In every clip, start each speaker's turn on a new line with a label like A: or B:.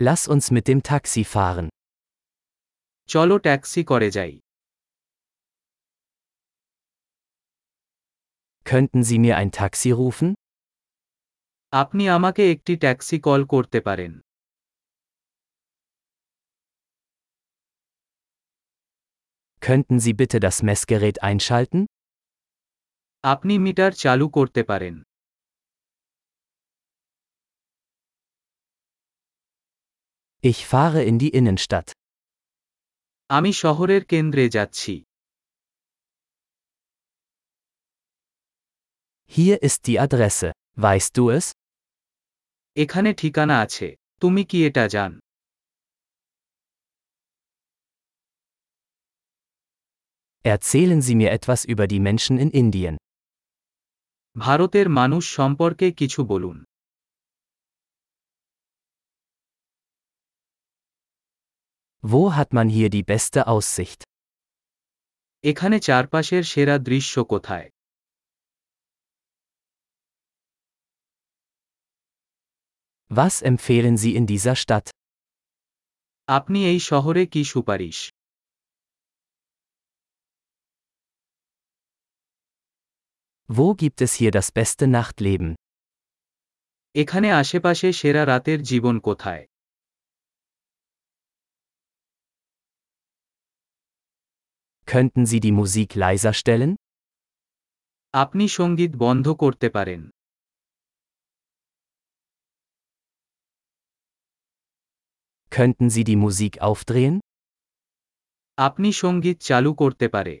A: Lass uns mit dem Taxi fahren.
B: চলো taxi করে যাই
A: Könnten Sie mir ein Taxi rufen?
B: আপনি আমাকে একটি ট্যাক্সি কল করতে পারেন
A: Könnten Sie bitte das Messgerät einschalten?
B: আপনি মিটার চালু করতে পারেন
A: Ich fahre in die Innenstadt.
B: আমি শহরের কেন্দ্রে যাচ্ছি
A: Hier ist die Adresse. Weißt du es?
B: এখানে ঠিকানা আছে তুমি কি এটা জান
A: Erzählen Sie mir etwas über die Menschen in Indien.
B: ভারতের মানুষ সম্পর্কে কিছু বলুন
A: Wo hat man hier die beste Aussicht?
B: এখানে চারপাশের সেরা দৃশ্য কোথায়
A: Was empfehlen Sie in dieser Stadt?
B: আপনি এই শহরে কি সুপারিশ
A: Wo gibt es hier das beste Nachtleben?
B: এখানে আশেপাশে সেরা রাতের জীবন কোথায়
A: Könnten Sie die Musik leiser stellen?
B: আপনি সঙ্গীত বন্ধ করতে পারেন
A: Könnten Sie die Musik aufdrehen?
B: আপনি সঙ্গীত চালু করতে পারে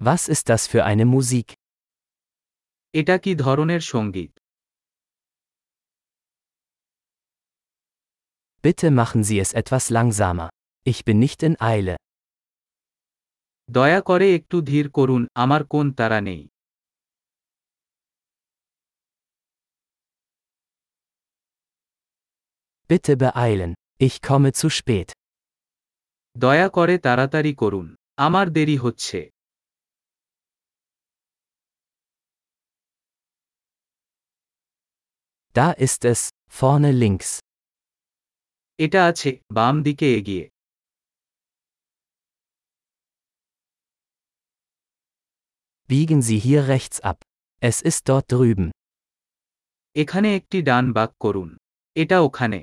A: Was ist das für eine Musik?
B: এটা কি ধরনের সঙ্গীত
A: Bitte machen Sie es etwas langsamer. Ich bin nicht in Eile.
B: দয়া করে একটু ধীর করুন আমার কোন তারা নেই
A: Bitte beeilen. Ich komme zu spät.
B: দয়া করে তাড়াতাড়ি করুন আমার দেরি হচ্ছে
A: Da ist es, vorne links.
B: এটা আছে বাম দিকে এগিয়ে
A: Biegen Sie hier rechts ab. Es ist dort drüben.
B: এখানে একটি ডান বাক করুন এটা ওখানে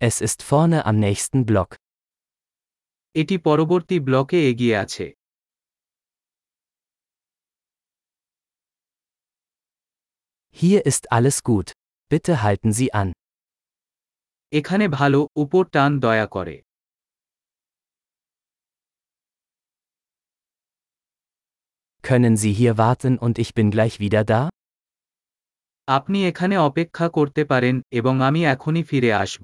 A: Es ist vorne am nächsten Block.
B: এটি পরবর্তী ব্লকে এগিয়ে আছে
A: Hier ist alles gut. Bitte halten Sie an.
B: এখানে ভালো উপর টান দয়া করে
A: Können Sie hier warten und ich bin gleich wieder da?
B: আপনি এখানে অপেক্ষা করতে পারেন এবং আমি এখনই ফিরে আসব